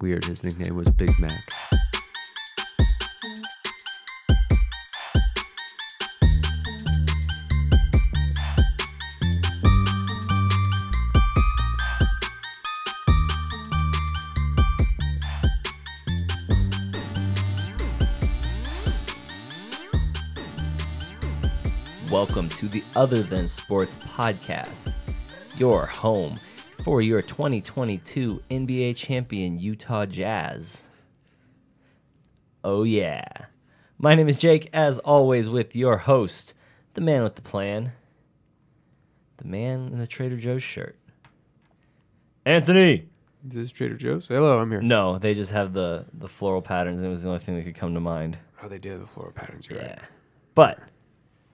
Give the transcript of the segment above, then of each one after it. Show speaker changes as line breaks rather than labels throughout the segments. weird. His nickname was Big Mac.
Welcome to the Other Than Sports podcast, your home for your 2022 NBA champion Utah Jazz. Oh, yeah. My name is Jake, as always, with your host, the man with the plan, the man in the Trader Joe's shirt, Anthony.
Is this Trader Joe's? Hello, I'm here.
No, they just have the, the floral patterns, and it was the only thing that could come to mind.
Oh, they did have the floral patterns. You're
Yeah. But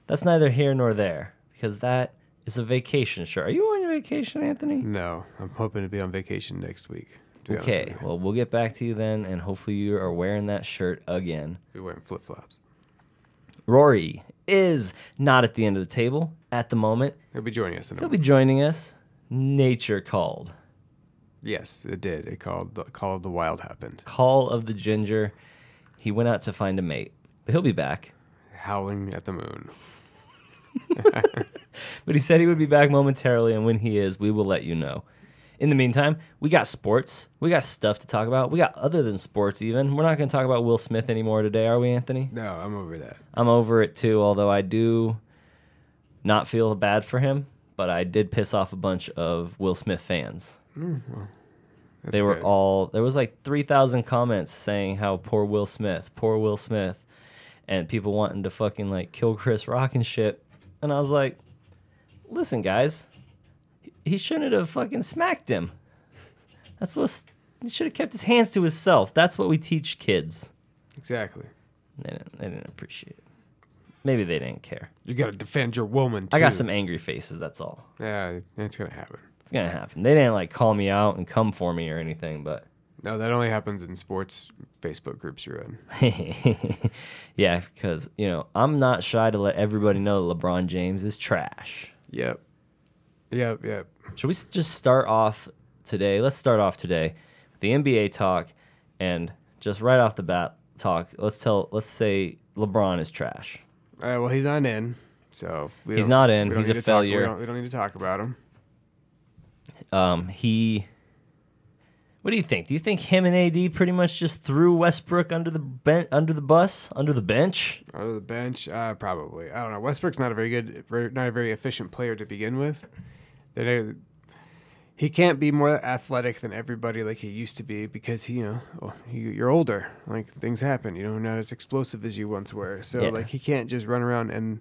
that's neither here nor there because that is a vacation shirt. Are you on your vacation, Anthony?
No, I'm hoping to be on vacation next week. to be honest
Okay.
with you.
Well, we'll get back to you then, and hopefully you are wearing that shirt again.
Be wearing flip flops.
Rory is not at the end of the table at the moment.
He'll be joining us in a
He'll be joining us. Nature called.
Yes, it did. It called the, called the wild happened.
Call of the Ginger. He went out to find a mate, but he'll be back.
Howling at the moon.
But he said he would be back momentarily, and when he is, we will let you know. In the meantime, we got sports. We got stuff to talk about. We got other than sports, even. We're not going to talk about Will Smith anymore today, are we, Anthony?
No, I'm over that.
I'm over it too, although I do not feel bad for him, but I did piss off a bunch of Will Smith fans.
Mm, That's
They were
good.
all, there was like 3,000 comments saying how poor Will Smith, poor Will Smith, and people wanting to fucking like kill Chris Rock and shit. And I was like, listen, guys, he shouldn't have fucking smacked him. That's what, he should have kept his hands to himself. That's what we teach kids.
exactly.
They didn't, they didn't appreciate it. Maybe they didn't care.
You gotta defend your woman. Too.
I got some angry faces. That's all.
Yeah, it's gonna happen.
It's gonna happen. They didn't like call me out and come for me or anything, but
No, that only happens in sports Facebook groups you're in.
yeah, because you know I'm not shy to let everybody know that LeBron James is trash.
Yep. Yep. Yep.
Should we s- just start off today? Let's start off today, with the NBA talk, and just right off the bat talk. Let's tell. Let's say LeBron is trash.
All right. Well, he's not in. So we
He's
don't-
not in.
we don't
He's
need
a
to talk- we
failure.
don't- we don't need to talk about him.
Um, he. What do you think? Do you think him and AD pretty much just threw Westbrook under the ben- under the bus, under the bench?
Under the bench, uh, probably. I don't know. Westbrook's not a very good, very- not a very efficient player to begin with. They're- he can't be more athletic than everybody like he used to be because he, you know, well, you, you're older. Like things happen. You know, not as explosive as you once were. So
Yeah.
like he can't just run around. And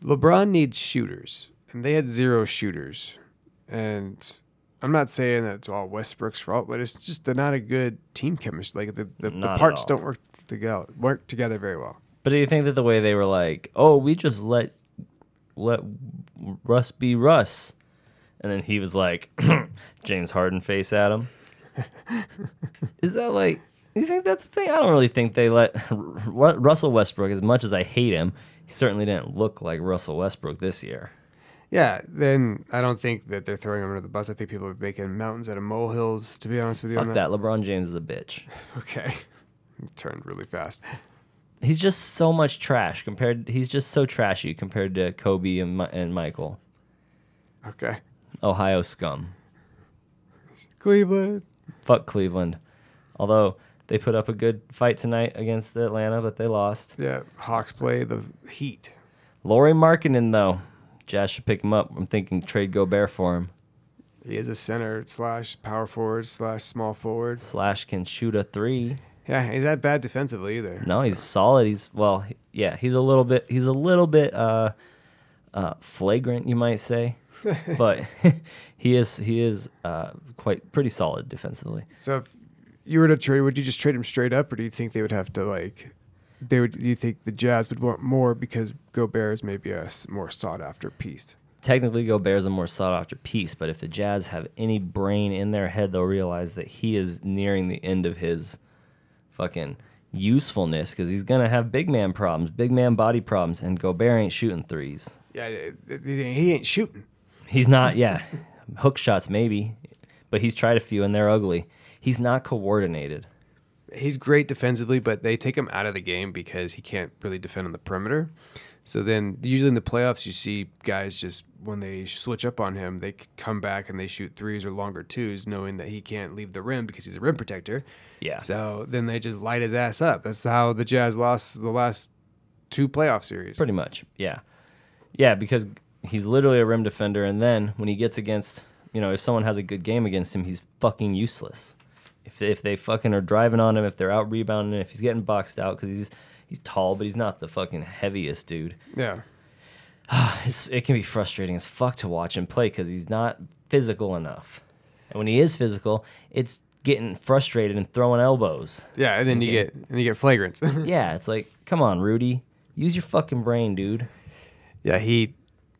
LeBron needs shooters, and they had zero shooters. And I'm not saying that it's all Westbrook's fault, but it's just they're not a good team chemistry. Like the, the,
Not
the
at
parts
all.
don't work together work together very well.
But do you think that the way they were like, "Oh, we just let let Russ be Russ," and then he was like, "James Harden face at him." Is that like? Do you think that's the thing? I don't really think they let Ru- Russell Westbrook. As much as I hate him, he certainly didn't look like Russell Westbrook this year.
Yeah, then I don't think that they're throwing him under the bus. I think people are making mountains out of molehills, to be honest with you. on
Fuck that. LeBron James is a bitch.
Okay. It turned really fast.
He's just so much trash compared. He's just so trashy compared to Kobe and Mi- and Michael.
Okay.
Ohio scum.
Cleveland.
Fuck Cleveland. Although they put up a good fight tonight against Atlanta, but they lost.
Yeah, Hawks play the Heat.
Laurie Markkinen though, Jazz should pick him up. I'm thinking trade Gobert for him.
He is a center slash power forward slash small forward.
Slash can shoot a three.
Yeah, he's not bad defensively either.
No, he's solid. He's well, he- yeah, he's a little bit. He's a little bit uh, uh, flagrant, you might say, but he is he is uh, quite pretty solid defensively.
So if you were to trade, would you just trade him straight up, or do you think they would have to like? They would. Do you think the Jazz would want more because Gobert is maybe a s- more sought after piece?
technically Gobert's a more sought after piece, but if the Jazz have any brain in their head, they'll realize that he is nearing the end of his fucking usefulness because he's gonna have big man problems, big man body problems, and Gobert ain't shooting threes.
Yeah, it- it- he ain't shooting.
He's not, yeah, hook shots maybe, but he's tried a few and they're ugly. He's not coordinated.
he's great defensively, but they take him out of the game because he can't really defend on the perimeter. So then, usually in the playoffs, you see guys just when they switch up on him, they c- come back and they shoot threes or longer twos, knowing that he can't leave the rim because he's a rim protector.
Yeah.
So then they just light his ass up. That's how the Jazz lost the last two playoff series.
Pretty much, yeah, yeah, because he's literally a rim defender, and then when he gets against, you know, if someone has a good game against him, he's fucking useless. If if they fucking are driving on him, if they're out rebounding, if he's getting boxed out because he's he's tall, but he's not the fucking heaviest dude.
Yeah.
It's, it can be frustrating as fuck to watch him play because he's not physical enough, and when he is physical, it's getting frustrated and throwing elbows.
Yeah, and then you get and you get flagrants.
Yeah, it's like, come on, Rudy, use your fucking brain, dude.
yeah, he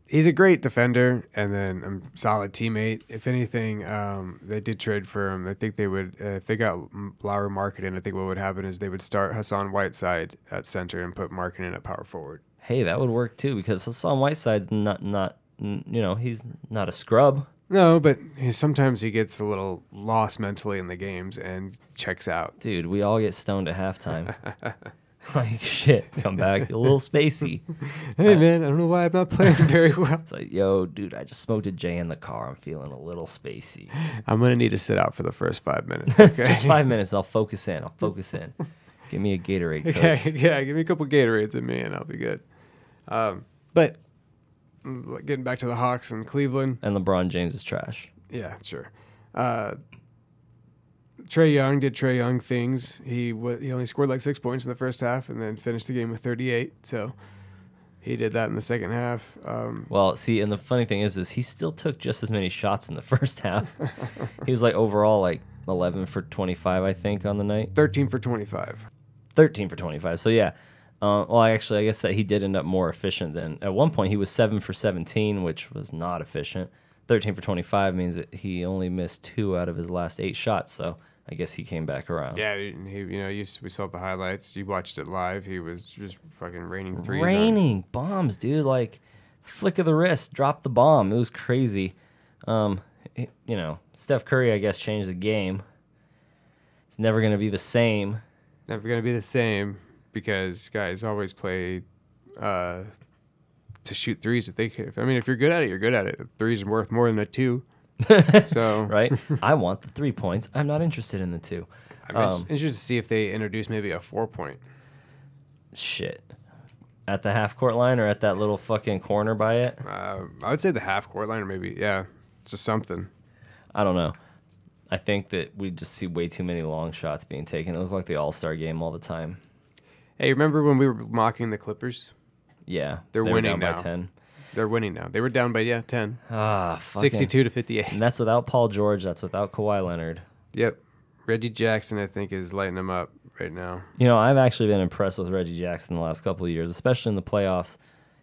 he's a great defender and then a solid teammate. If anything, um, they did trade for him. I think they would uh, if they got M- Lowry Marketing. I think what would happen is they would start Hassan Whiteside at center and put Marketing at power forward.
hey, that would work too because Hassan Whiteside's not not n- you know he's not a scrub.
No, but he, sometimes he gets a little lost mentally in the games and checks out.
Dude, we all get stoned at halftime. like shit, come back a little spacey.
Hey man, I don't know why I'm not playing very well.
It's like, yo, dude, I just smoked a J in the car. I'm feeling a little spacey.
I'm gonna need to sit out for the first five minutes. Okay.
Just five minutes, I'll focus in. I'll focus in. Give me a Gatorade. Coach.
Okay, yeah, give me a couple Gatorades and me, and I'll be good. Um, but mm, getting back to the Hawks and Cleveland,
And LeBron James is trash.
yeah, sure. Uh, Trey Young did Trey Young things. He wa he only scored like six points in the first half, and then finished the game with 38. So he did that in the second half. Um,
Well, see, and the funny thing is, is he still took just as many shots in the first half. he was like overall like 11 for 25, I think, on the night.
13 for 25.
13 for 25. So yeah. Uh, well, I actually, I guess that he did end up more efficient than at one point he was seven for 17, which was not efficient. 13 for 25 means that he only missed two out of his last eight shots. So I guess he came back around.
Yeah, and he you know you, s- we saw the highlights. You watched it live. He was just fucking raining threes. on-
Raining bombs, dude. Like flick of the wrist, drop the bomb. It was crazy. Um, it- you know, Steph Curry, I guess, changed the game. It's never going to be the same.
never gonna be the same because guys always play uh, to shoot threes if they can. I mean, if you're good at it, you're good at it. Threes are worth more than a two. so
Right? I want the three points. I'm not interested in the two.
I'm
Um,
in- interested to see if they introduce maybe a four point.
shit at the half court line or at that little fucking corner by it
Uh, I would say the half court line, or maybe yeah, just something.
i don't know i think that we just see way too many long shots being taken it looked like the all-star game all the time
Hey, remember when we were mocking the Clippers?
yeah
They're
they were down
winning now.
by 10
They're winning now. They were down by yeah ten.
ah fucking-
62 to 58.
and that's without paul george that's without Kawhi leonard
Yep. Reggie Jackson, I think, is lighting them up right now.
you know i've actually been impressed with reggie jackson the last couple of years especially in the playoffs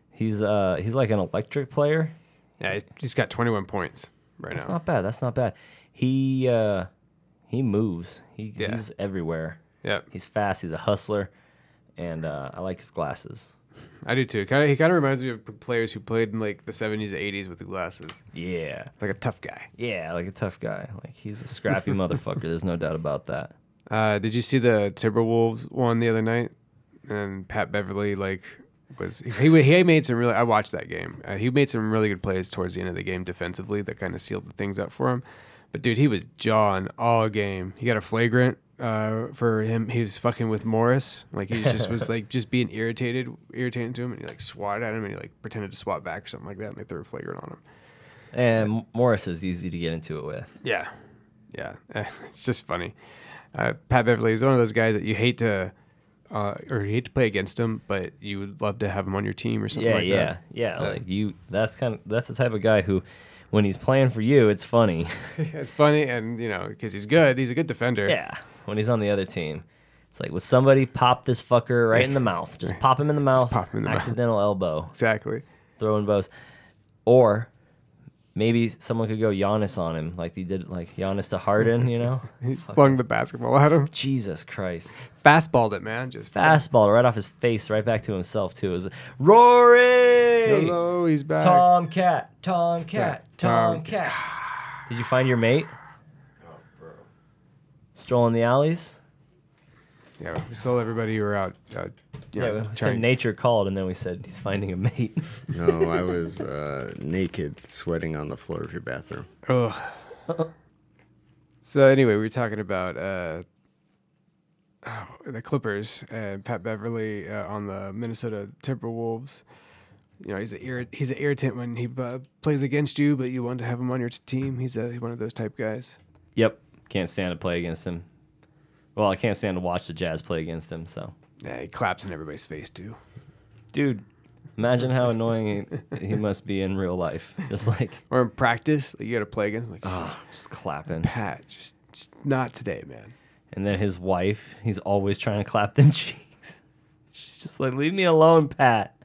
he's uh he's like an electric player
Yeah, he's- he's got 21 points right
that's
now.
not bad that's not bad he uh he moves he,
Yeah.
he's everywhere
Yep.
He's fast. He's a hustler, and uh, I like his glasses.
I do too. Kind of, he kind of reminds me of p- players who played in like the seventies, eighties with the glasses,
Yeah,
like a tough guy.
yeah, like a tough guy. Like he's a scrappy motherfucker. There's no doubt about that.
Uh, did you see the Timberwolves one the other night? And Pat Beverly like was he wa- he made some really. I watched that game. Uh, he made some really good plays towards the end of the game defensively that kind of sealed the things up for him. But dude, he was jawing all game. He got a flagrant uh, for him. He was fucking with Morris. Like he just was like just being irritated, irritating to him, and he like swatted at him, and he like pretended to swat back or something like that, and they threw a flagrant on him.
And Morris is easy to get into it with.
Yeah. Yeah. It's just funny. Uh, Pat Beverly is one of those guys that you hate to, uh, or you hate to play against him, but you would love to have him on your team or something
Yeah,
like
yeah,
that.
yeah. Like you, that's kind of that's the type of guy who, when he's playing for you, it's funny.
it's funny. And, you know, because he's good. He's a good defender.
yeah, when he's on the other team. It's like, would somebody pop this fucker right in the mouth? Just pop him in the mouth.
pop him in the mouth.
accidental elbow.
Exactly.
throwing bows. Or maybe someone could go Giannis on him, like they did, like Giannis to Harden. You know,
He flung the basketball at him.
Jesus Christ,
Fastballed it, man. Just
fastball right off his face, right back to himself too. It was Rory,
Hello, he's back.
Tomcat, Tomcat,
Tom-
Tomcat. Did you find your mate? strolling the alleys.
Yeah, we sold everybody who were out. Uh, you know,
Yeah, so
trying-
nature called, and then we said he's finding a mate.
No, Oh, I was uh, naked, sweating on the floor of your bathroom.
Ugh. so anyway, we were talking about uh, oh, the Clippers and Pat Beverly uh, on the Minnesota Timberwolves. You know, he's a irri- he's an irritant when he uh, plays against you, but you want to have him on your t- team. He's a, one of those type guys.
yep, can't stand to play against him. Well, I can't stand to watch the Jazz play against him. So,
Yeah, he claps in everybody's face too.
dude, imagine how annoying he, he must be in real life. Just like,
Or in practice, like you got to play against him, like
ah, just clapping.
Pat. Just, just not today, man.
And then his wife, he's always trying to clap them cheeks. She's just like, leave me alone, Pat.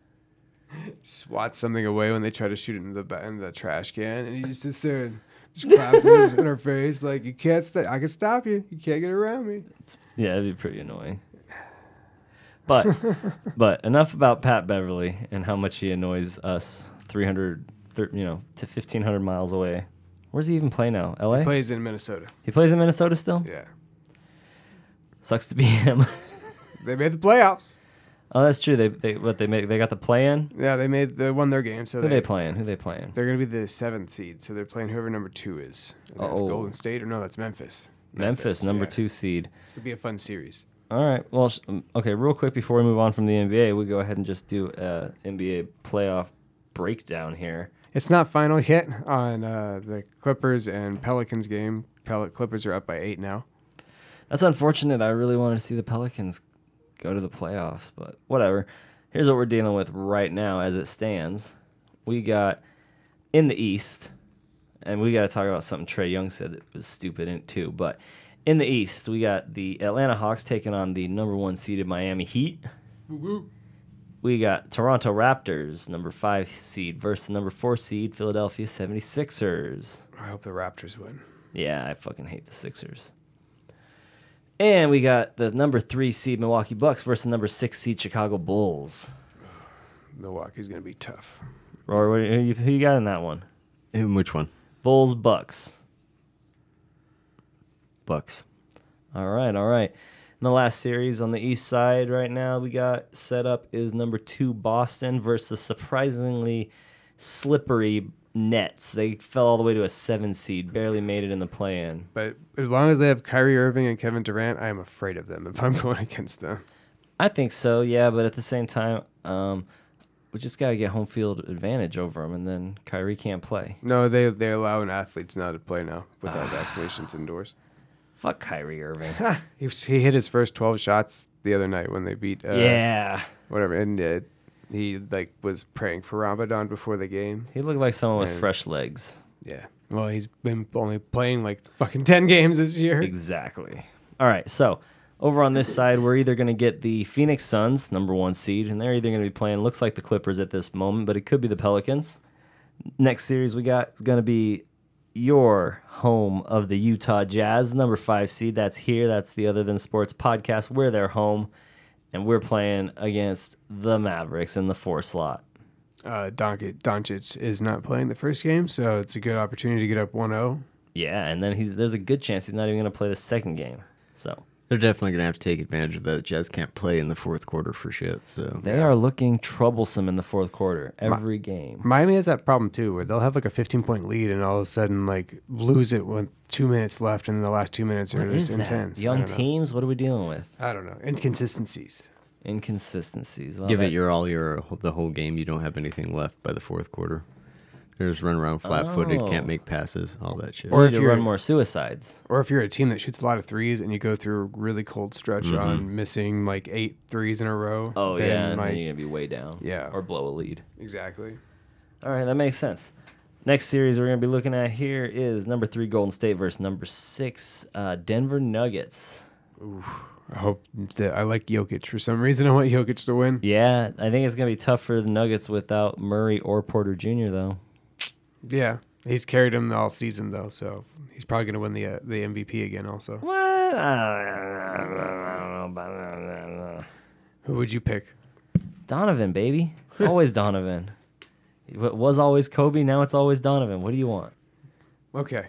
swats something away when they try to shoot it in the ba- in the trash can, and he just sits there and just claps in, his, in her face like, "You can't stay. I can stop you. You can't get around me."
Yeah, that'd be pretty annoying. But but enough about Pat Beverly and how much he annoys us 300 thir- you know to 1500 miles away. Where's he even play now? LA? He,
Plays in Minnesota.
plays in Minnesota still?
Yeah,
Sucks to be him.
they made the playoffs.
oh, that's true. They they what they make they got the play in.
Yeah, they made they won their game, so
Who
they,
they playing? Who they playing?
they're gonna be the seventh seed. So they're playing whoever number two is. And That's
Uh-oh.
Golden State or no, that's Memphis.
Memphis, number
yeah.
2 seed.
It's gonna be a fun series.
All right. Well, sh- um, okay. Real quick before we move on from the NBA, we go ahead and just do uh, a NBA playoff breakdown here.
It's not final yet on uh, the Clippers and Pelicans game. Pel- Clippers are up by eight now.
That's unfortunate. I really wanted to see the Pelicans go to the playoffs, but whatever. Here's what we're dealing with right now as it stands. We got in the East, and we got to talk about something Trey Young said that was stupid in it too. But in the East, we got the Atlanta Hawks taking on the number one seeded Miami Heat. We got Toronto Raptors, number five seed, versus the number four seed Philadelphia 76ers.
I hope the Raptors win.
Yeah, I fucking hate the Sixers. And we got the number three seed Milwaukee Bucks versus the number six seed Chicago Bulls.
Milwaukee's gonna be tough.
Rory, what, who, you, who you got in that one?
In which one?
Bulls Bucks.
Bucks.
All right, all right. In the last series on the East Side right now, we got set up is number two Boston versus the surprisingly slippery Nets. They fell all the way to a seven seed, barely made it in the play-in.
But as long as they have Kyrie Irving and Kevin Durant, I am afraid of them if I'm going against them.
I think so, yeah. But at the same time, um, we just got to get home field advantage over them, and then Kyrie can't play.
No, they they allow athletes now to play now without vaccinations indoors.
Fuck Kyrie Irving. Uh,
He, was- he hit his first 12 shots the other night when they beat uh,
yeah,
whatever and uh, he like was praying for Ramadan before the game.
he looked like someone with
Yeah.
fresh legs.
Yeah. Well, he's been only playing like fucking 10 games this year.
Exactly. All right, so over on this side, we're either going to get the Phoenix Suns, number one seed, and they're either going to be playing. Looks like the Clippers at this moment, but it could be the Pelicans. Next series we got is going to be your home of the Utah Jazz, number five seed. That's here. That's the Other Than Sports podcast. We're their home, and we're playing against the Mavericks in the four slot.
Uh Doncic Doncic is not playing the first game, so it's a good opportunity to get up oh. 1-0.
Yeah, and then he's, there's a good chance he's not even going to play the second game. So
They're definitely gonna have to take advantage of that. Jazz can't play in the fourth quarter for shit. So
they are looking troublesome in the fourth quarter every game.
Miami has that problem too, where they'll have like a 15 point lead and all of a sudden like lose it with two minutes left, and the last two minutes are
What
just
is that?
intense. I
Young
don't know.
teams, what are we dealing with?
I don't know inconsistencies.
Inconsistencies. Well,
give
that-
it your all, your the whole game. You don't have anything left by the fourth quarter. They're just running around flat-footed,
Oh.
can't make passes, all that shit.
we
Or
need
if
to
you're-
run more suicides.
Or if you're a team that shoots a lot of threes and you go through a really cold stretch on missing like eight threes in a row.
Oh
then,
yeah, and
like-
then you're gonna be way down.
Yeah.
or blow a lead.
exactly.
All right, that makes sense. Next series we're gonna be looking at here is number three Golden State versus number six uh, Denver Nuggets.
I hope that I like Jokic for some reason. I want Jokic to win.
Yeah, I think it's gonna be tough for the Nuggets without Murray or Porter Jr. Though.
Yeah, he's carried him all season though, so he's probably gonna win the uh, the MVP again. Also,
What? I don't know, I don't know about- I don't know, I don't know.
who would you pick?
Donovan, baby. It's always Donovan. It wa- was always Kobe. Now it's always Donovan. What do you want?
Okay.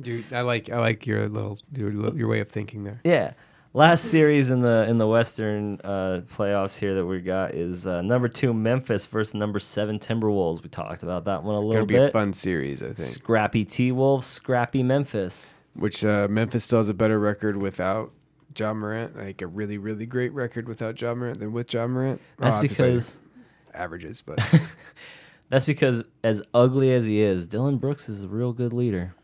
Dude, I like I like your little your, little- your way of thinking there.
Yeah. Last series in the in the Western uh, playoffs here that we got is uh, number two Memphis versus number seven Timberwolves. We talked about that one a
Gonna
little
be a
bit.
fun series, I think.
Scrappy T Wolves, Scrappy Memphis.
Which uh, Memphis still has a better record without John Morant, like a really really great record without John Morant than with John Morant. Well,
That's
obviously
because
averages, but
that's because as ugly as he is, Dylan Brooks is a real good leader.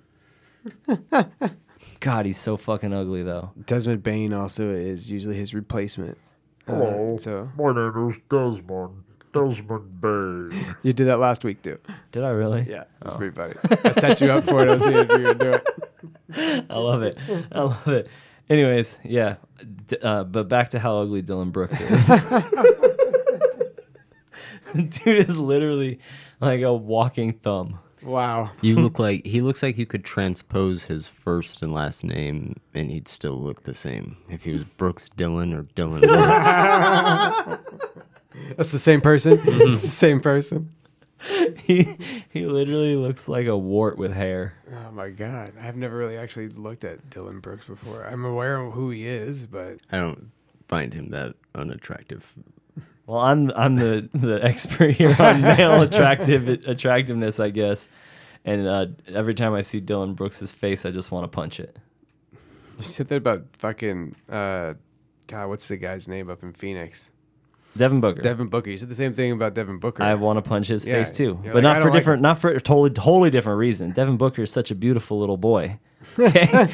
God, he's so fucking ugly though.
Desmond Bain also is usually his replacement. Uh,
Hello.
so
My name is Desmond. Desmond Bay.
you did that last week too.
Did I really?
Yeah, that's pretty funny. I set you up for it. I was seeing if you were gonna do it.
I love it. I love it. Anyways, yeah. D- uh, but back to how ugly Dylan Brooks is. Dude is literally like a walking thumb.
Wow.
You look like he looks like you could transpose his first and last name, and he'd still look the same if he was Brooks Dylan or Dylan. Brooks.
That's the same person.
Mm-hmm.
it's the same person.
He he literally looks like a wart with hair.
Oh my god, I've never really actually looked at Dylan Brooks before. I'm aware of who he is, but
I don't find him that unattractive.
Well, I'm I'm the, the expert here on male attractive attractiveness, I guess. And uh, every time I see Dylan Brooks's face, I just want to punch it.
you said that about fucking uh, God. What's the guy's name up in Phoenix?
Devin Booker.
Devin Booker. You said the same thing about Devin Booker.
I want to punch his
Yeah,
face too, but
you're like,
not
"I
for
don't like
different, not for a totally, totally different reason. Devin Booker is such a beautiful little boy. Okay?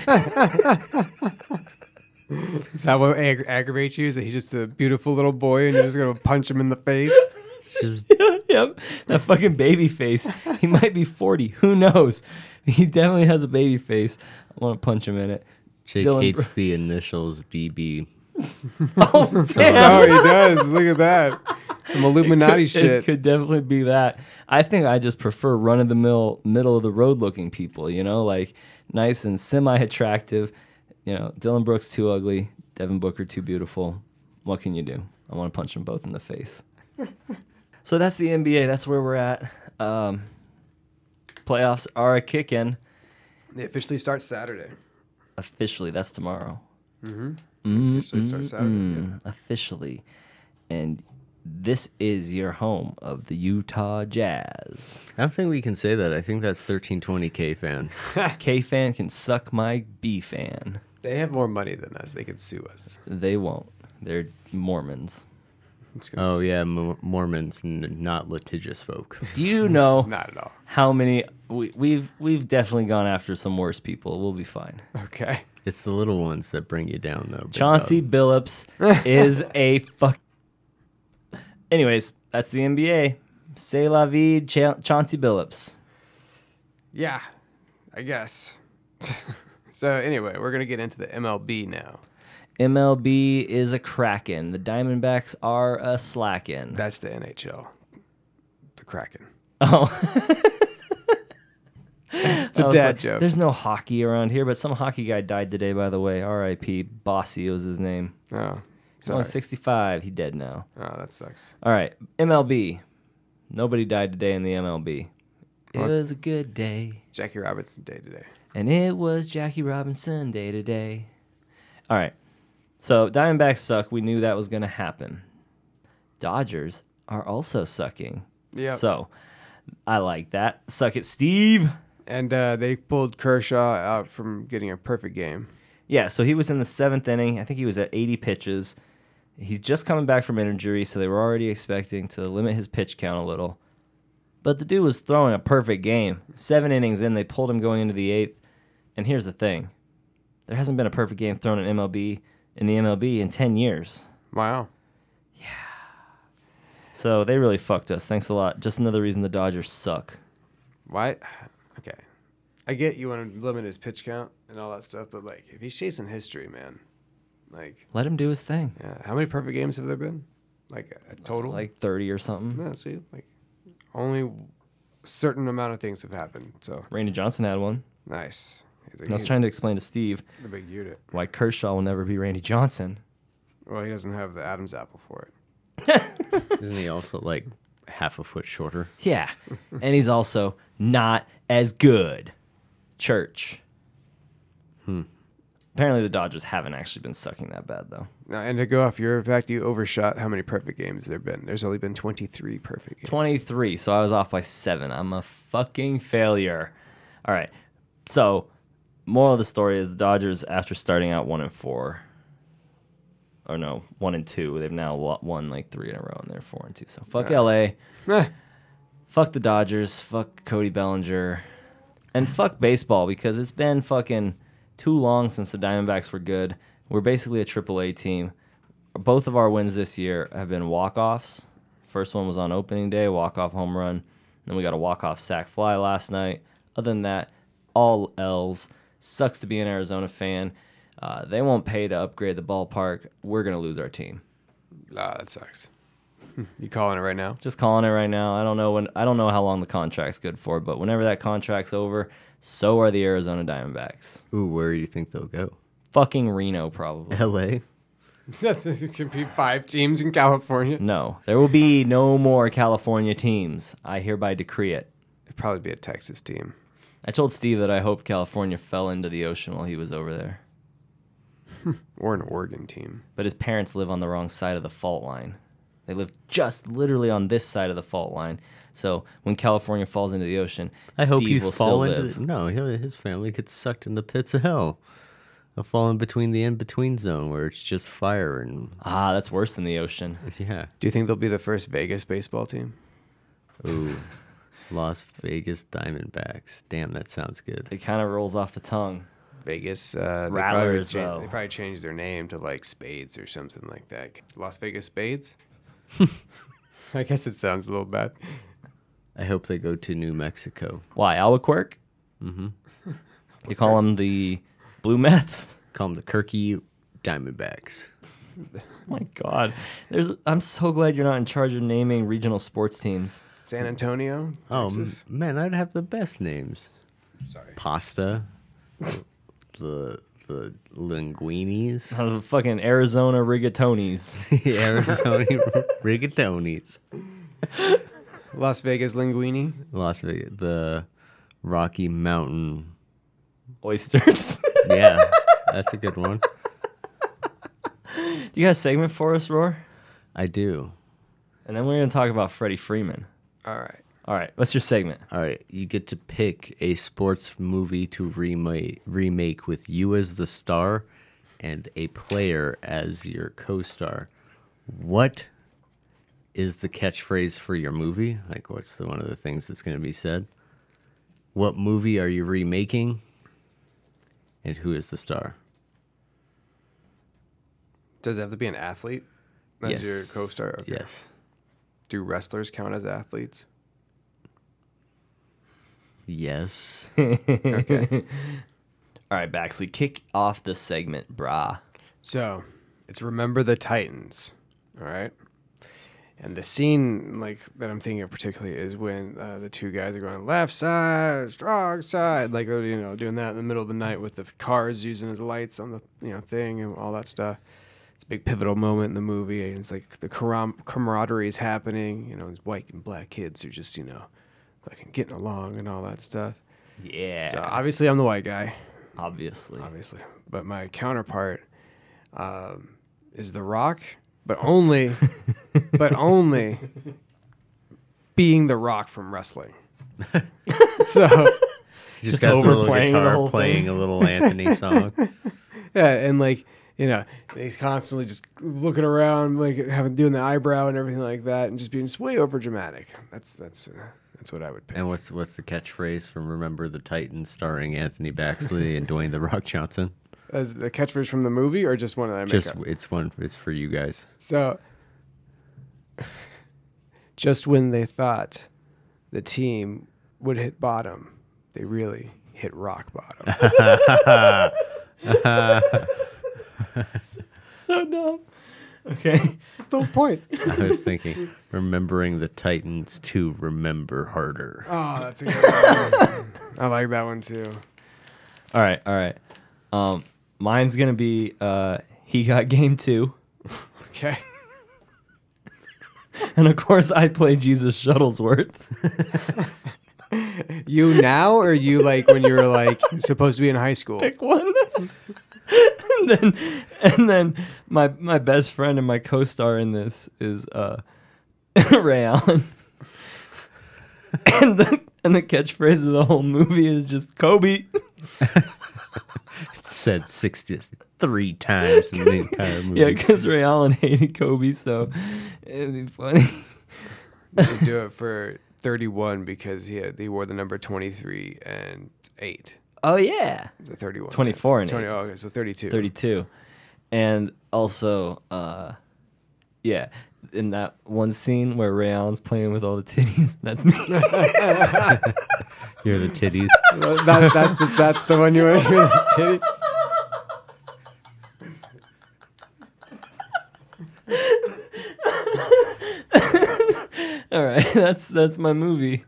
is that what ag- aggravates you? Is that he's just a beautiful little boy and you're just gonna punch him in the face?
It's just
yep, that fucking baby face. He might be forty. Who knows? He definitely has a baby face. I want to punch him in it.
Jake
Dylan
hates
Bro-
the initials DB.
Oh, he does. Look at that. Some Illuminati
It
shit.
could definitely be that. I think I just prefer run of the mill, middle of the road looking people. You know, like nice and semi attractive. You know, Dylan Brooks too ugly, Devin Booker too beautiful. What can you do? I want to punch them both in the face. so that's the NBA. That's where we're at. Um, playoffs are a kicking
They officially start Saturday.
officially. That's tomorrow.
Officially start Saturday. yeah.
officially. And this is your home of the Utah Jazz.
I don't think we can say that. I think that's 1320K fan.
K fan can suck my B fan.
They have more money than us. They could sue us.
They won't. They're Mormons.
I'm just gonna
Oh
s-
yeah, Mo- Mormons, n- not litigious folk.
Do you know
Not at all.
how many we, we've we've definitely gone after some worse people. We'll be fine.
Okay.
It's the little ones that bring you down, though. big
Chauncey
dog.
Billups is a fuck. Anyways, that's the NBA. C'est la vie, Cha- Chauncey Billups.
Yeah, I guess. so anyway, we're gonna get into the MLB now.
MLB is a kraken. The Diamondbacks are a slackin'.
That's the NHL, the Kraken.
Oh,
It's a
I was
dad
like,
joke.
There's no hockey around here, but some hockey guy died today, by the way. R.I.P. Bossy was his name.
Oh,
He's only
sorry.
65. He dead now.
Oh, that sucks.
All right, MLB. Nobody died today in the MLB. It was a good day,
Jackie Robinson day today.
and it was Jackie Robinson day today. All right, so Diamondbacks suck. We knew that was going to happen. Dodgers are also sucking.
Yep.
So I like that. Suck it, Steve.
And uh, they pulled Kershaw out from getting a perfect game.
Yeah, so he was in the seventh inning. I think he was at 80 pitches. He's just coming back from injury, so they were already expecting to limit his pitch count a little. But the dude was throwing a perfect game. Seven innings in, they pulled him going into the eighth. And here's the thing there hasn't been a perfect game thrown in MLB in the MLB in 10 years.
Wow.
So they really fucked us. Thanks a lot. Just another reason the Dodgers suck.
Why? Okay. I get you want to limit his pitch count and all that stuff, but like, if he's chasing history, man, like,
Let him do his thing.
yeah, how many perfect games have there been? Like a total?
Like 30 or something.
Yeah, see, like only a certain amount of things have happened. So
Raina Johnson had one.
nice. He's like,
And I was
he's
trying to explain to Steve
the big unit.
why Kershaw will never be Randy Johnson.
Well, he doesn't have the Adam's apple for it.
Isn't he also like half a foot shorter?
Yeah. and he's also not as good. Church. Hmm. Apparently, the Dodgers haven't actually been sucking that bad though.
Uh, And to go off your fact, you overshot how many perfect games there've been. There's only been 23 perfect games.
23, so I was off by seven. I'm a fucking failure. All right. So, moral of the story is the Dodgers, after starting out one and four, or no, one and two, they've now lo- won like three in a row, and they're four and two. So fuck LA,
Eh,
fuck the Dodgers, fuck Cody Bellinger, and fuck baseball because it's been fucking too long since the Diamondbacks were good. We're basically a AAA team. Both of our wins this year have been walk offs. First one was on opening day, walk off home run. Then we got a walk off sack fly last night. Other than that, all L's. Sucks to be an Arizona fan. Uh, they won't pay to upgrade the ballpark. We're gonna lose our team.
ah, that sucks. Hmm, You calling it right now?
Just calling it right now. I don't know when. I don't know how long the contract's good for, but whenever that contract's over, so are the Arizona Diamondbacks.
Ooh, where do you think they'll go?
Fucking Reno, probably.
L.A.
Nothing can be five teams in California.
No, there will be no more California teams. I hereby decree it.
It'd probably be a Texas team.
I told Steve that I hoped California fell into the ocean while he was over there,
Or an Oregon team.
but his parents live on the wrong side of the fault line. They live just literally on this side of the fault line. So when California falls into the ocean,
I
Steve
hope you
will
fall
still
into.
live.
The, no, he- his family gets sucked in the pits of hell. They'll fall in between the in between zone where it's just fire and
ah, that's worse than the ocean.
yeah.
Do you think they'll be the first Vegas baseball team?
Ooh, Las Vegas Diamondbacks. Damn, that sounds good.
It kind of rolls off the tongue.
Vegas uh, they
Rattlers,
Probably
though.
they probably changed their name to like Spades or something like that. Las Vegas Spades. I guess it sounds a little bad.
I hope they go to New Mexico.
Why Albuquerque? Mm-hmm. You call them the blue meths?
Call them the Kirky Diamondbacks.
Oh my God, there's. I'm so glad you're not in charge of naming regional sports teams.
San Antonio,
Oh m-
Texas.
man, I'd have the best names.
Sorry.
Pasta, the the linguinis,
Uh, fucking Arizona rigatonis.
the Arizona rigatonis,
Las Vegas Linguini.
Las Vegas, the Rocky Mountain.
Oysters.
Yeah, that's a good one.
you got a segment for us, Roar?
I do.
And then we're going to talk about Freddie Freeman.
All right.
All right, what's your segment?
All right, you get to pick a sports movie to remake remake with you as the star and a player as your co-star. What is the catchphrase for your movie? Like what's the one of the things that's going to be said? What movie are you remaking? And who is the star?
Does it have to be an athlete? As your co-star. Okay.
Yes.
Do wrestlers count as athletes?
Yes.
All right, Baxley, kick off the segment, brah.
So it's Remember the Titans. All right. And the scene like that I'm thinking of particularly is when uh, the two guys are going left side, strong side, like they're you know doing that in the middle of the night with the cars using as lights on the you know thing and all that stuff. It's a big pivotal moment in the movie, and it's like the caram- camaraderie is happening. You know, these white and black kids are just you know, fucking getting along and all that stuff.
Yeah.
So obviously, I'm the white guy
Obviously.
obviously. But my counterpart um, is The Rock, but only, but only being The Rock from wrestling. so
Just,
got some little
overplaying
guitar playing
playing a little Anthony song.
yeah, and like you know, he's constantly just looking around, like having doing the eyebrow and everything like that, and just being just way over dramatic. That's that's uh, that's what I would pick.
And what's what's the catchphrase from Remember the Titans starring Anthony Baxley and Dwayne the Rock Johnson?
As the catchphrase from the movie, or just one that I make
Just
up?
it's one it's for you guys.
So, just when they thought the team would hit bottom, they really hit rock bottom.
So dumb. Okay.
That's the whole point.
I was thinking remembering the Titans to remember harder.
Oh, that's a good one. I like that one too.
All right, all right. Um, mine's gonna be uh, he got game two,
Okay.
and of course I play Jesus Shuttlesworth.
You now or you like when you were like supposed to be in high school?
Pick one. and then and then my my best friend and my co-star in this is uh Ray Allen. and the and the catchphrase of the whole movie is just Kobe.
Said 63 times in the entire movie.
Yeah, because Ray Allen hated Kobe, so it'd be funny.
We should do it for 31 because he, had, he wore the number 23 and 8.
Oh yeah.
The 31.
24 and
20,
eight.
oh, okay, so 32.
32 and also uh yeah in that one scene where ray allen's playing with all the titties that's me
You're the titties.
Well, that, that's, the, that's the one you want to hear the titties?
all right that's that's my movie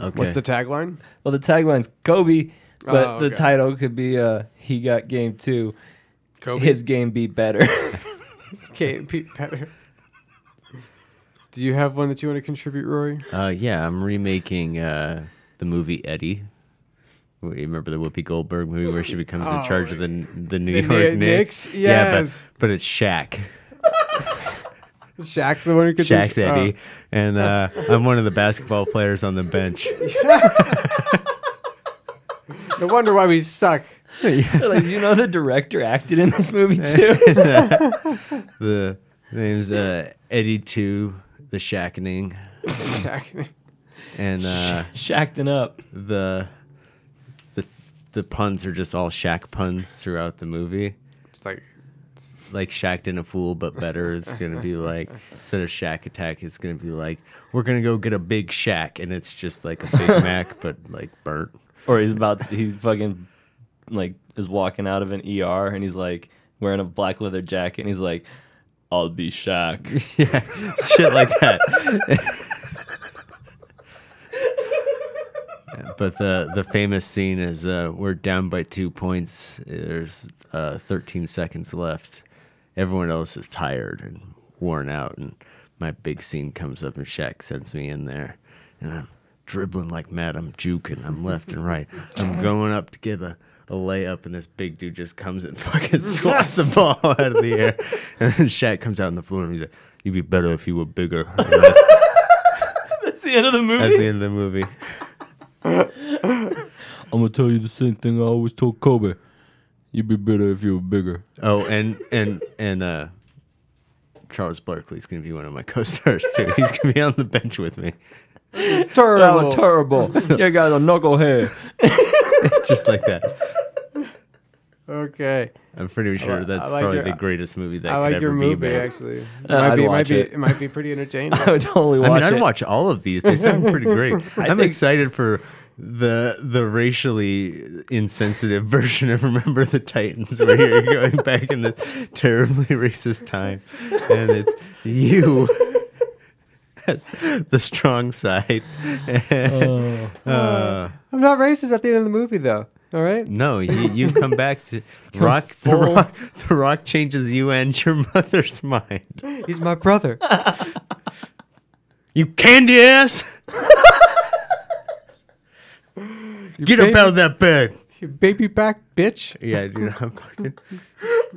Okay.
What's the tagline?
well the tagline's kobe but
Oh,
the
okay.
title could be uh he got game two
Kobe.
his game be better
can't be better. Do you have one that you want to contribute, Rory?
uh, yeah, I'm remaking uh, the movie Eddie. Wait, You remember the Whoopi Goldberg movie where she becomes in charge of the the New
Oh, The New
York
York
Knicks?
Knicks?
Yeah,
Yes.
but, but it's Shaq.
Shaq's the one who contributes.
Shaq's Eddie, and uh, I'm one of the basketball players on the bench.
Oh, no wonder why we suck.
like you know the director acted in this movie too
The name's uh, Eddie Two, the Shaqening,
Shaq.
and uh,
shacked up
the the the puns are just all Shaq puns throughout the movie.
It's like
Like Shaq in a fool, but better is gonna be like instead of Shaq attack, it's gonna be like we're gonna go get a big Shaq, and it's just like a Big Mac, but like burnt.
or he's about to, he fucking like is walking out of an ER and he's like wearing a black leather jacket and he's like I'll be Shaq.
Yeah, shit like that. but the the famous scene is uh, we're down by two points. There's uh, 13 seconds left. Everyone else is tired and worn out, and my big scene comes up, and Shaq sends me in there, and I'm dribbling like mad. I'm juking. I'm left and right. I'm going up to get a. A layup and this big dude just comes and fucking swats the ball out of the air, and then Shaq comes out on the floor and he's like, "You'd be better if you were bigger." And that's,
That's the end of the
that's
movie.
the end of the movie.
I'm gonna tell you the same thing I always told Kobe. You'd be better if you were bigger.
Oh, and and and uh, Charles Barkley's gonna be one of my co-stars too. He's gonna be on the bench with me,
That
terrible.
was terrible. you guys are knucklehead.
just like that.
okay,
I'm pretty sure
li-
that's
I like
probably
your-
the greatest movie that
I
could
like
ever
your
be
movie
made.
actually. It
I'd
might be, it might
watch
be,
it.
it might be pretty entertaining.
I would totally
I
watch
mean, I'd
it.
watch all of these. They sound pretty great. I'm
think-
excited for the the racially insensitive version of Remember the Titans, where you're going back in the terribly racist time, and it's you as the strong side.
Oh, I'm not racist at the end of the movie though. All right.
No, you, you come back to rock the,
full-
rock. the rock changes you and your mother's mind.
He's my brother.
You candy ass! Get up
baby-
out of that bed!
You baby back bitch.
Yeah, dude, I'm fucking.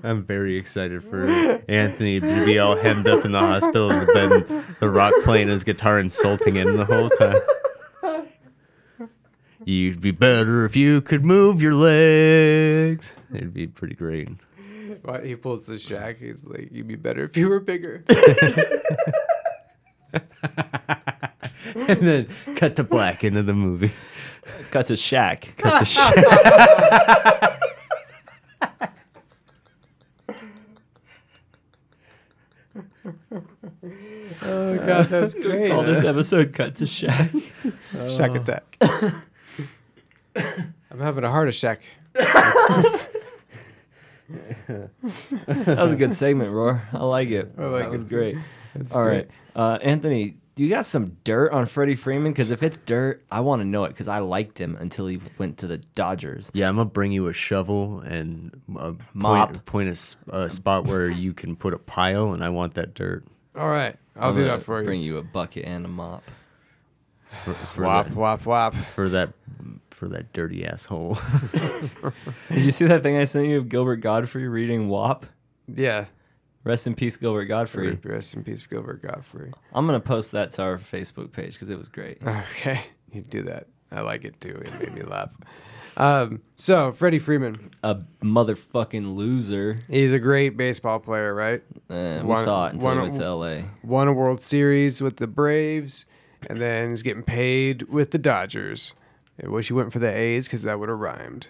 I'm very excited for Anthony to be all hemmed up in the hospital in the bed, and the rock playing his guitar, insulting him the whole time. You'd be better if you could move your legs. It'd be pretty great.
Why- He pulls the Shaq. He's like, you'd be better if you were bigger.
and then cut to black into the movie.
Cut to Shaq.
Cut to shit.
oh god, that's great.
Call this episode "Cut to Shaq."
Shack attack. I'm having a heart attack.
That was a good segment, Roar. I like it.
I like
that
it.
was great. All right, uh, Anthony, you got some dirt on Freddie Freeman? Because if it's dirt, I want to know it. Because I liked him until he went to the Dodgers.
Yeah, I'm gonna bring you a shovel and a
Mop.
point, point a, s- a spot where you can put a pile, and I want that dirt.
All right, I'll do that for you.
Bring you a bucket and a mop.
for, for,
Wop,
that,
wop, wop.
for that for that dirty asshole.
Did you see that thing I sent you of Gilbert Godfrey reading WAP?
Yeah.
Rest in peace, Gilbert Godfrey.
Rest in peace, Gilbert Godfrey.
I'm gonna post that to our Facebook page because it was great.
Okay, you do that. I like it too. It made me laugh. Um, so Freddie Freeman,
A motherfucking loser.
he's a great baseball player, right?
Eh, we
One-
thought until
one-
he went to LA.
Won a World Series with the Braves, and then he's getting paid with the Dodgers. I wish he went for the A's because that would have rhymed.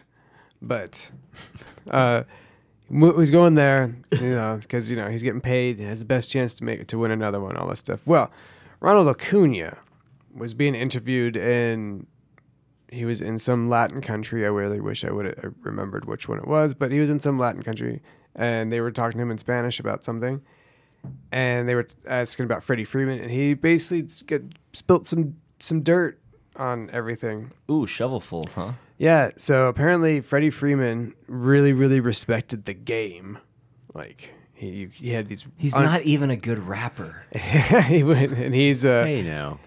But uh, mo- he's going there, you know, because you know he's getting paid, has the best chance to make to win another one, all that stuff. Well, Ronald Acuna was being interviewed in he was in some Latin country. I really wish I would have remembered which one it was, but he was in some Latin country, and they were talking to him in Spanish about something, and they were asking about Freddie Freeman, and he basically s- get, spilt some some dirt on everything.
Ooh, shovelfuls, huh?
Yeah, so apparently Freddie Freeman really, really respected the game. Like he, he had these.
He's
un-
not even a good rapper.
he went, and he's uh,
hey now,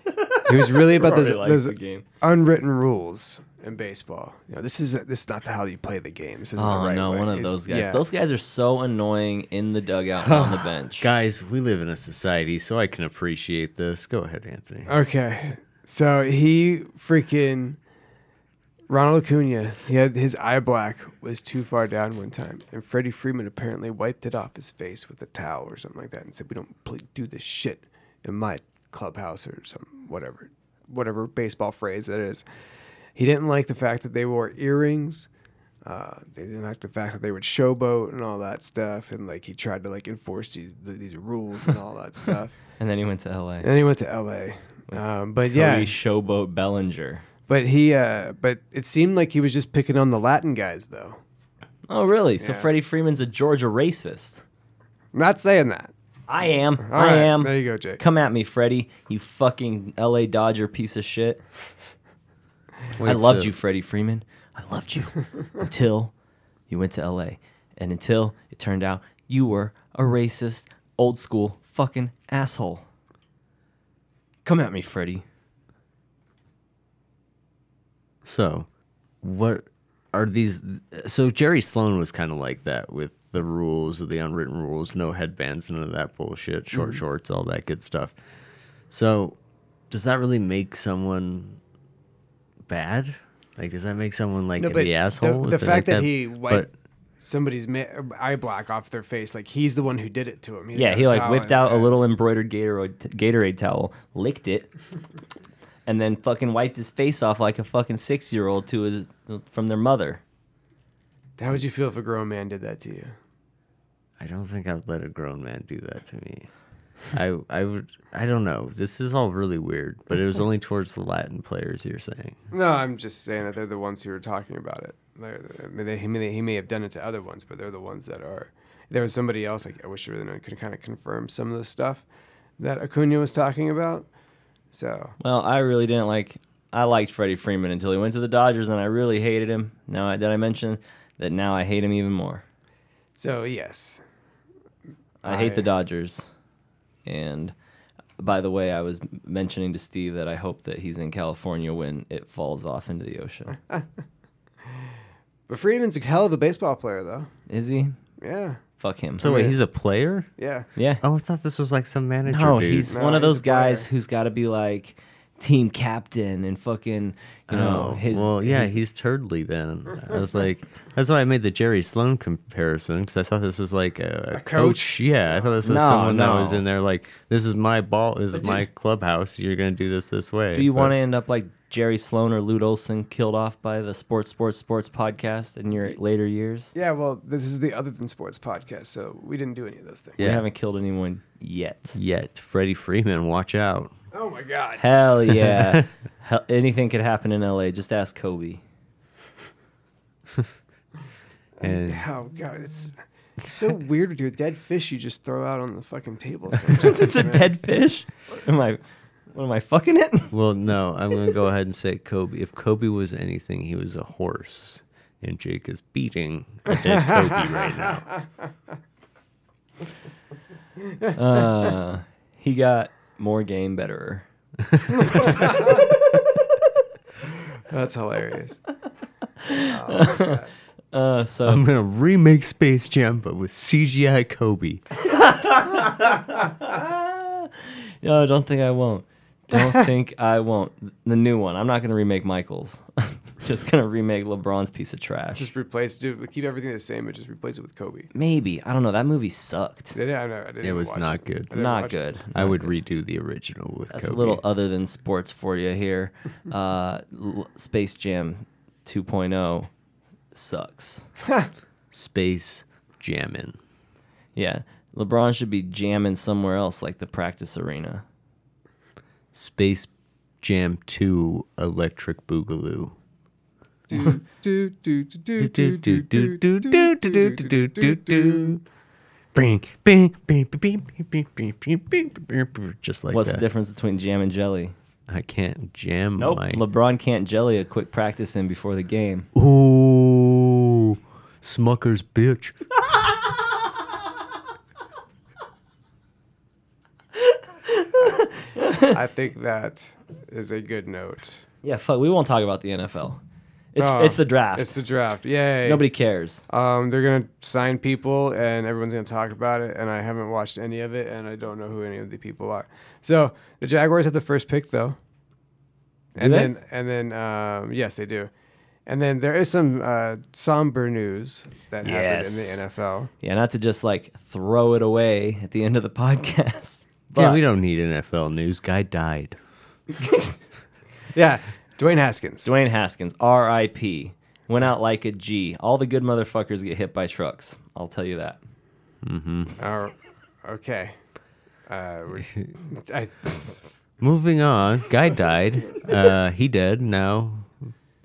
he was really about those,
Probably likes
those
the game.
unwritten rules in baseball. You know, this is this is not how you play the game. This isn't
Oh
the right
no,
way.
one of
It's-
those guys.
yeah.
Those guys are so annoying in the dugout and on the bench.
guys, we live in a society, so I can appreciate this. Go ahead, Anthony.
Okay, so he freaking Ronald Acuna. He had his eye black was too far down one time, and Freddie Freeman apparently wiped it off his face with a towel or something like that, and said, "We don't play, do this shit in my clubhouse or some whatever, whatever baseball phrase that is." He didn't like the fact that they wore earrings. Uh, they didn't like the fact that they would showboat and all that stuff, and like he tried to like enforce these, these rules and all that stuff.
And then he went to LA.
And then he went to L.A. Um, but
Yeah.
yeah,
Showboat Bellinger.
but he, uh, but it seemed like he was just picking on the Latin guys, though.
Oh really? So
Yeah.
Freddie Freeman's a Georgia racist.
I'm not saying that.
I am.
All
I
right,
am.
There you go, Jake.
Come at me, Freddie. You fucking LA Dodger piece of shit. I
Wait,
loved
so-
you, Freddie Freeman. I loved you until you went to LA and until it turned out you were a racist, old school fucking asshole. Come at me, Freddie.
So, what are these? So Jerry Sloan was kind of like that with the rules, the unwritten rules, no headbands, none of that bullshit, short
Mm-hmm.
shorts, all that good stuff. So, does that really make someone bad? Like, does that make someone like
No, but
the asshole?
The,
if
the
they're
fact
like
that he
But-
wiped somebody's ma- eye black off their face, like he's the one who did it to him.
Yeah,
had
he
no
like
towel
whipped
in
out a
there.
little embroidered Gatorade, Gatorade towel, licked it, and then fucking wiped his face off like a fucking six year old to his from their mother.
How would you feel if a grown man did that to you?
I don't think I'd let a grown man do that to me. I I would I don't know. This is all really weird, but it was only towards the Latin players. You're saying
No, I'm just saying that they're the ones who are talking about it. They're- I mean, they, he, may, he may have done it to other ones, but they're the ones that are. There was somebody else. Like, I wish I really know, could kind of confirm some of the stuff that Acuna was talking about. So
Well, I really didn't like. I liked Freddie Freeman until he went to the Dodgers, and I really hated him. Now I- did I mention that? Now I hate him even more.
So yes,
I hate the
I-
Dodgers. And by the way, I was m- mentioning to Steve that I hope that he's in California when it falls off into the ocean.
but Freeman's a hell of a baseball player, though.
Is he?
Yeah,
Fuck him.
so. Wait, he's a player.
yeah.
yeah.
Oh, I thought this was like some manager.
No,
dude.
he's
No,
one of
he's
those
a player.
guys who's got to be like team captain and fucking you know
Oh,
his
well, yeah,
his-
he's turdly then. I was like, that's why I made the Jerry Sloan comparison because I thought this was like a, a
coach?
Yeah, I thought this was
No,
someone that was
no.
in there like, this is my ball, this is my clubhouse. You're gonna do this this way.
Do you
But
want to end up like Jerry Sloan or Lute Olson, killed off by the Sports Sports Sports podcast in your later years?
Yeah, well, this is the Other Than Sports podcast, so we didn't do any of those things.
We
Yeah.
haven't killed anyone yet.
Yet, Freddie Freeman, watch out.
Oh my God.
Hell yeah! Hell, anything could happen in LA. Just ask Kobe.
And
Oh God, it's so weird with your dead fish you just throw out on the fucking table. Sometimes,
it's a
man.
dead fish. Am I? What am I fucking it?
well, no, I'm gonna go ahead and say Kobe. If Kobe was anything, he was a horse, and Jake is beating a dead Kobe right now.
Uh, he got more game betterer.
That's hilarious.
Uh, so
I'm gonna remake Space Jam, but with CGI Kobe.
No, don't think I won't. Don't think I won't. The new one. I'm not gonna remake Michael's. just gonna remake LeBron's piece of trash.
Just replace, do keep everything the same, but just replace it with Kobe.
Maybe I don't know. That movie sucked.
Yeah, I know. I didn't
It was
watch
not good.
I didn't
Not
watch it.
good.
I would redo the original with
That's
Kobe.
a little other than sports for you here. Uh, L- Space Jam 2.0 sucks.
Space Jammin'.
Yeah, LeBron should be jamming somewhere else, like the practice arena.
Space Jam 2 Electric Boogaloo.
Do, do, do, do, do, do, do, do, do, do, do, do, do.
Just like
What's the
that.
difference between jam and jelly?
I can't jam
Nope.
my.
LeBron can't jelly a quick practice in before the game.
Ooh, Smucker's bitch.
I think that is a good note.
Yeah, fuck. We won't talk about the NFL. It's
Oh,
it's the draft.
It's the draft. Yay.
Nobody cares.
Um, they're gonna sign people, and everyone's gonna talk about it. And I haven't watched any of it, and I don't know who any of the people are. So the Jaguars have the first pick, though. and
they?
then, and then, um, yes, they do. And then there is some uh, somber news that
Yes.
happened in the NFL.
Yeah, not to just like throw it away at the end of the podcast. But
Yeah, we don't need NFL news. Guy died.
Yeah, Dwayne Haskins.
Dwayne Haskins, R.I.P. Went out like a G. All the good motherfuckers get hit by trucks. I'll tell you that.
Our- Uh, okay. Uh, we, I,
Moving on. Guy died. Uh, he dead now.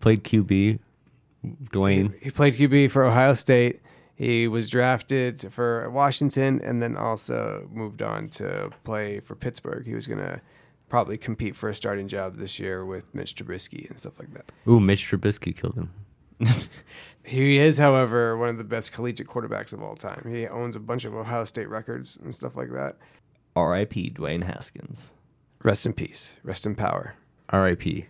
Played QB. Dwayne.
he played QB for Ohio State. He was drafted for Washington and then also moved on to play for Pittsburgh. He was going to probably compete for a starting job this year with Mitch Trubisky and stuff like that.
Ooh, Mitch Trubisky killed him.
He is, however, one of the best collegiate quarterbacks of all time. He owns a bunch of Ohio State records and stuff like that.
R.I.P. Dwayne Haskins.
Rest in peace. Rest in power.
R.I.P.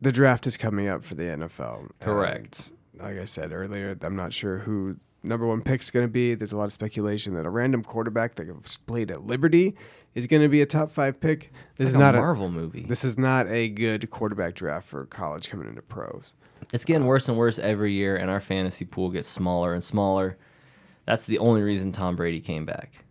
The draft is coming up for the NFL.
Correct.
And like I said earlier, I'm not sure who number one pick's going to be. There's a lot of speculation that a random quarterback that was played at Liberty is going to be a top five pick. This
It's
is
like
not
a
a
Marvel movie.
this is not a good quarterback draft for college coming into pros.
It's getting worse and worse every year, and our fantasy pool gets smaller and smaller. That's the only reason Tom Brady came back.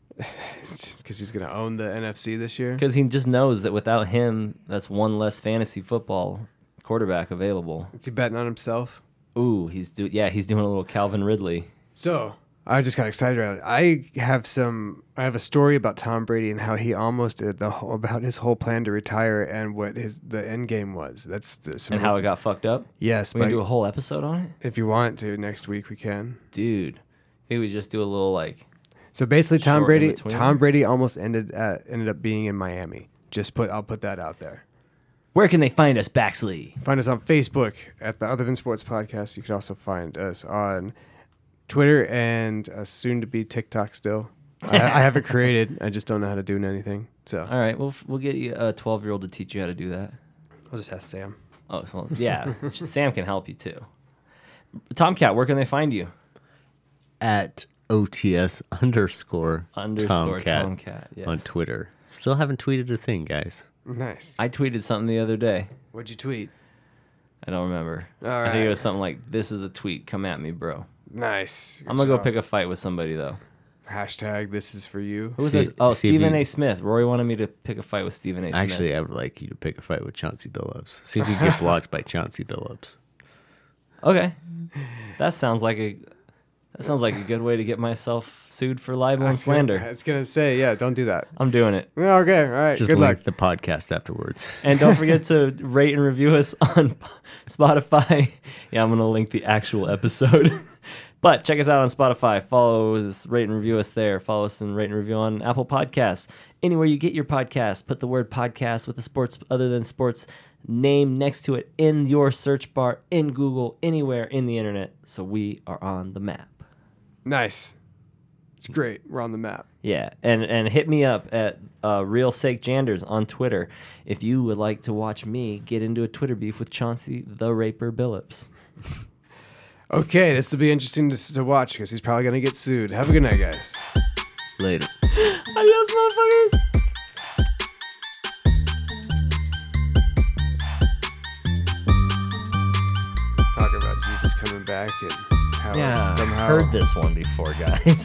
Because he's going to own the NFC this year.
Because he just knows that without him, that's one less fantasy football quarterback available.
Is he betting on himself?
Ooh, he's do yeah, he's doing a little Calvin Ridley.
So I just got excited around it. I have some. I have a story about Tom Brady and how he almost did the whole, about his whole plan to retire and what his the end game was. That's the, some
And how it got fucked up.
Yes,
We can
but
do a whole episode on it,
if you want to next week we can.
dude. I think we just do a little like
So basically, Tom
Short in
Brady.
between.
Tom Brady almost ended uh, ended up being in Miami. Just put I'll put that out there.
where can they find us, Baxley?
Find us on Facebook at the Other Than Sports Podcast. You can also find us on Twitter and uh, soon to be TikTok. Still, I, I haven't created. I just don't know how to do anything. So
All right, we'll we'll get you a twelve year old to teach you how to do that.
I'll just ask Sam.
Oh, well, yeah, Sam can help you too. Tomcat, where can they find you?
At OTS underscore
Underscore
Tomcat
Tomcat. Yes.
on Twitter. Still haven't tweeted a thing, guys.
Nice.
I tweeted something the other day.
What'd you tweet?
I don't remember.
All
I think it
right.
was something like, "This is a tweet. Come at me, bro."
Nice.
I'm gonna go pick a fight with somebody though.
hashtag. This is for you.
Who was
See-
this? Oh,
see if
Stephen
you-
A. Smith. Rory wanted me to pick a fight with Stephen A. Smith.
Actually, I would like you to pick a fight with Chauncey Billups. See if you get blocked by Chauncey Billups.
okay, that sounds like a that sounds like a good way to get myself sued for libel and
I
slander.
was gonna say yeah. Don't do that.
I'm doing it.
Yeah, Okay. All right.
Just
Good luck.
link the podcast afterwards.
And don't forget to rate and review us on Spotify. Yeah, I'm gonna link the actual episode. But check us out on Spotify. Follow us, rate and review us there. Follow us and rate and review on Apple Podcasts. Anywhere you get your podcast, put the word podcast with the sports other than sports name next to it in your search bar, in Google, anywhere in the internet. So we are on the map.
Nice. It's great. We're on the map.
Yeah, and and hit me up at uh, Real Sake Janders on Twitter if you would like to watch me get into a Twitter beef with Chauncey the Raper Billups.
Okay, this will be interesting to, to watch because he's probably gonna get sued. Have a good night, guys.
Later.
Adios, motherfuckers.
Talk about Jesus coming back and how
Yeah,
somehow
heard this one before, guys.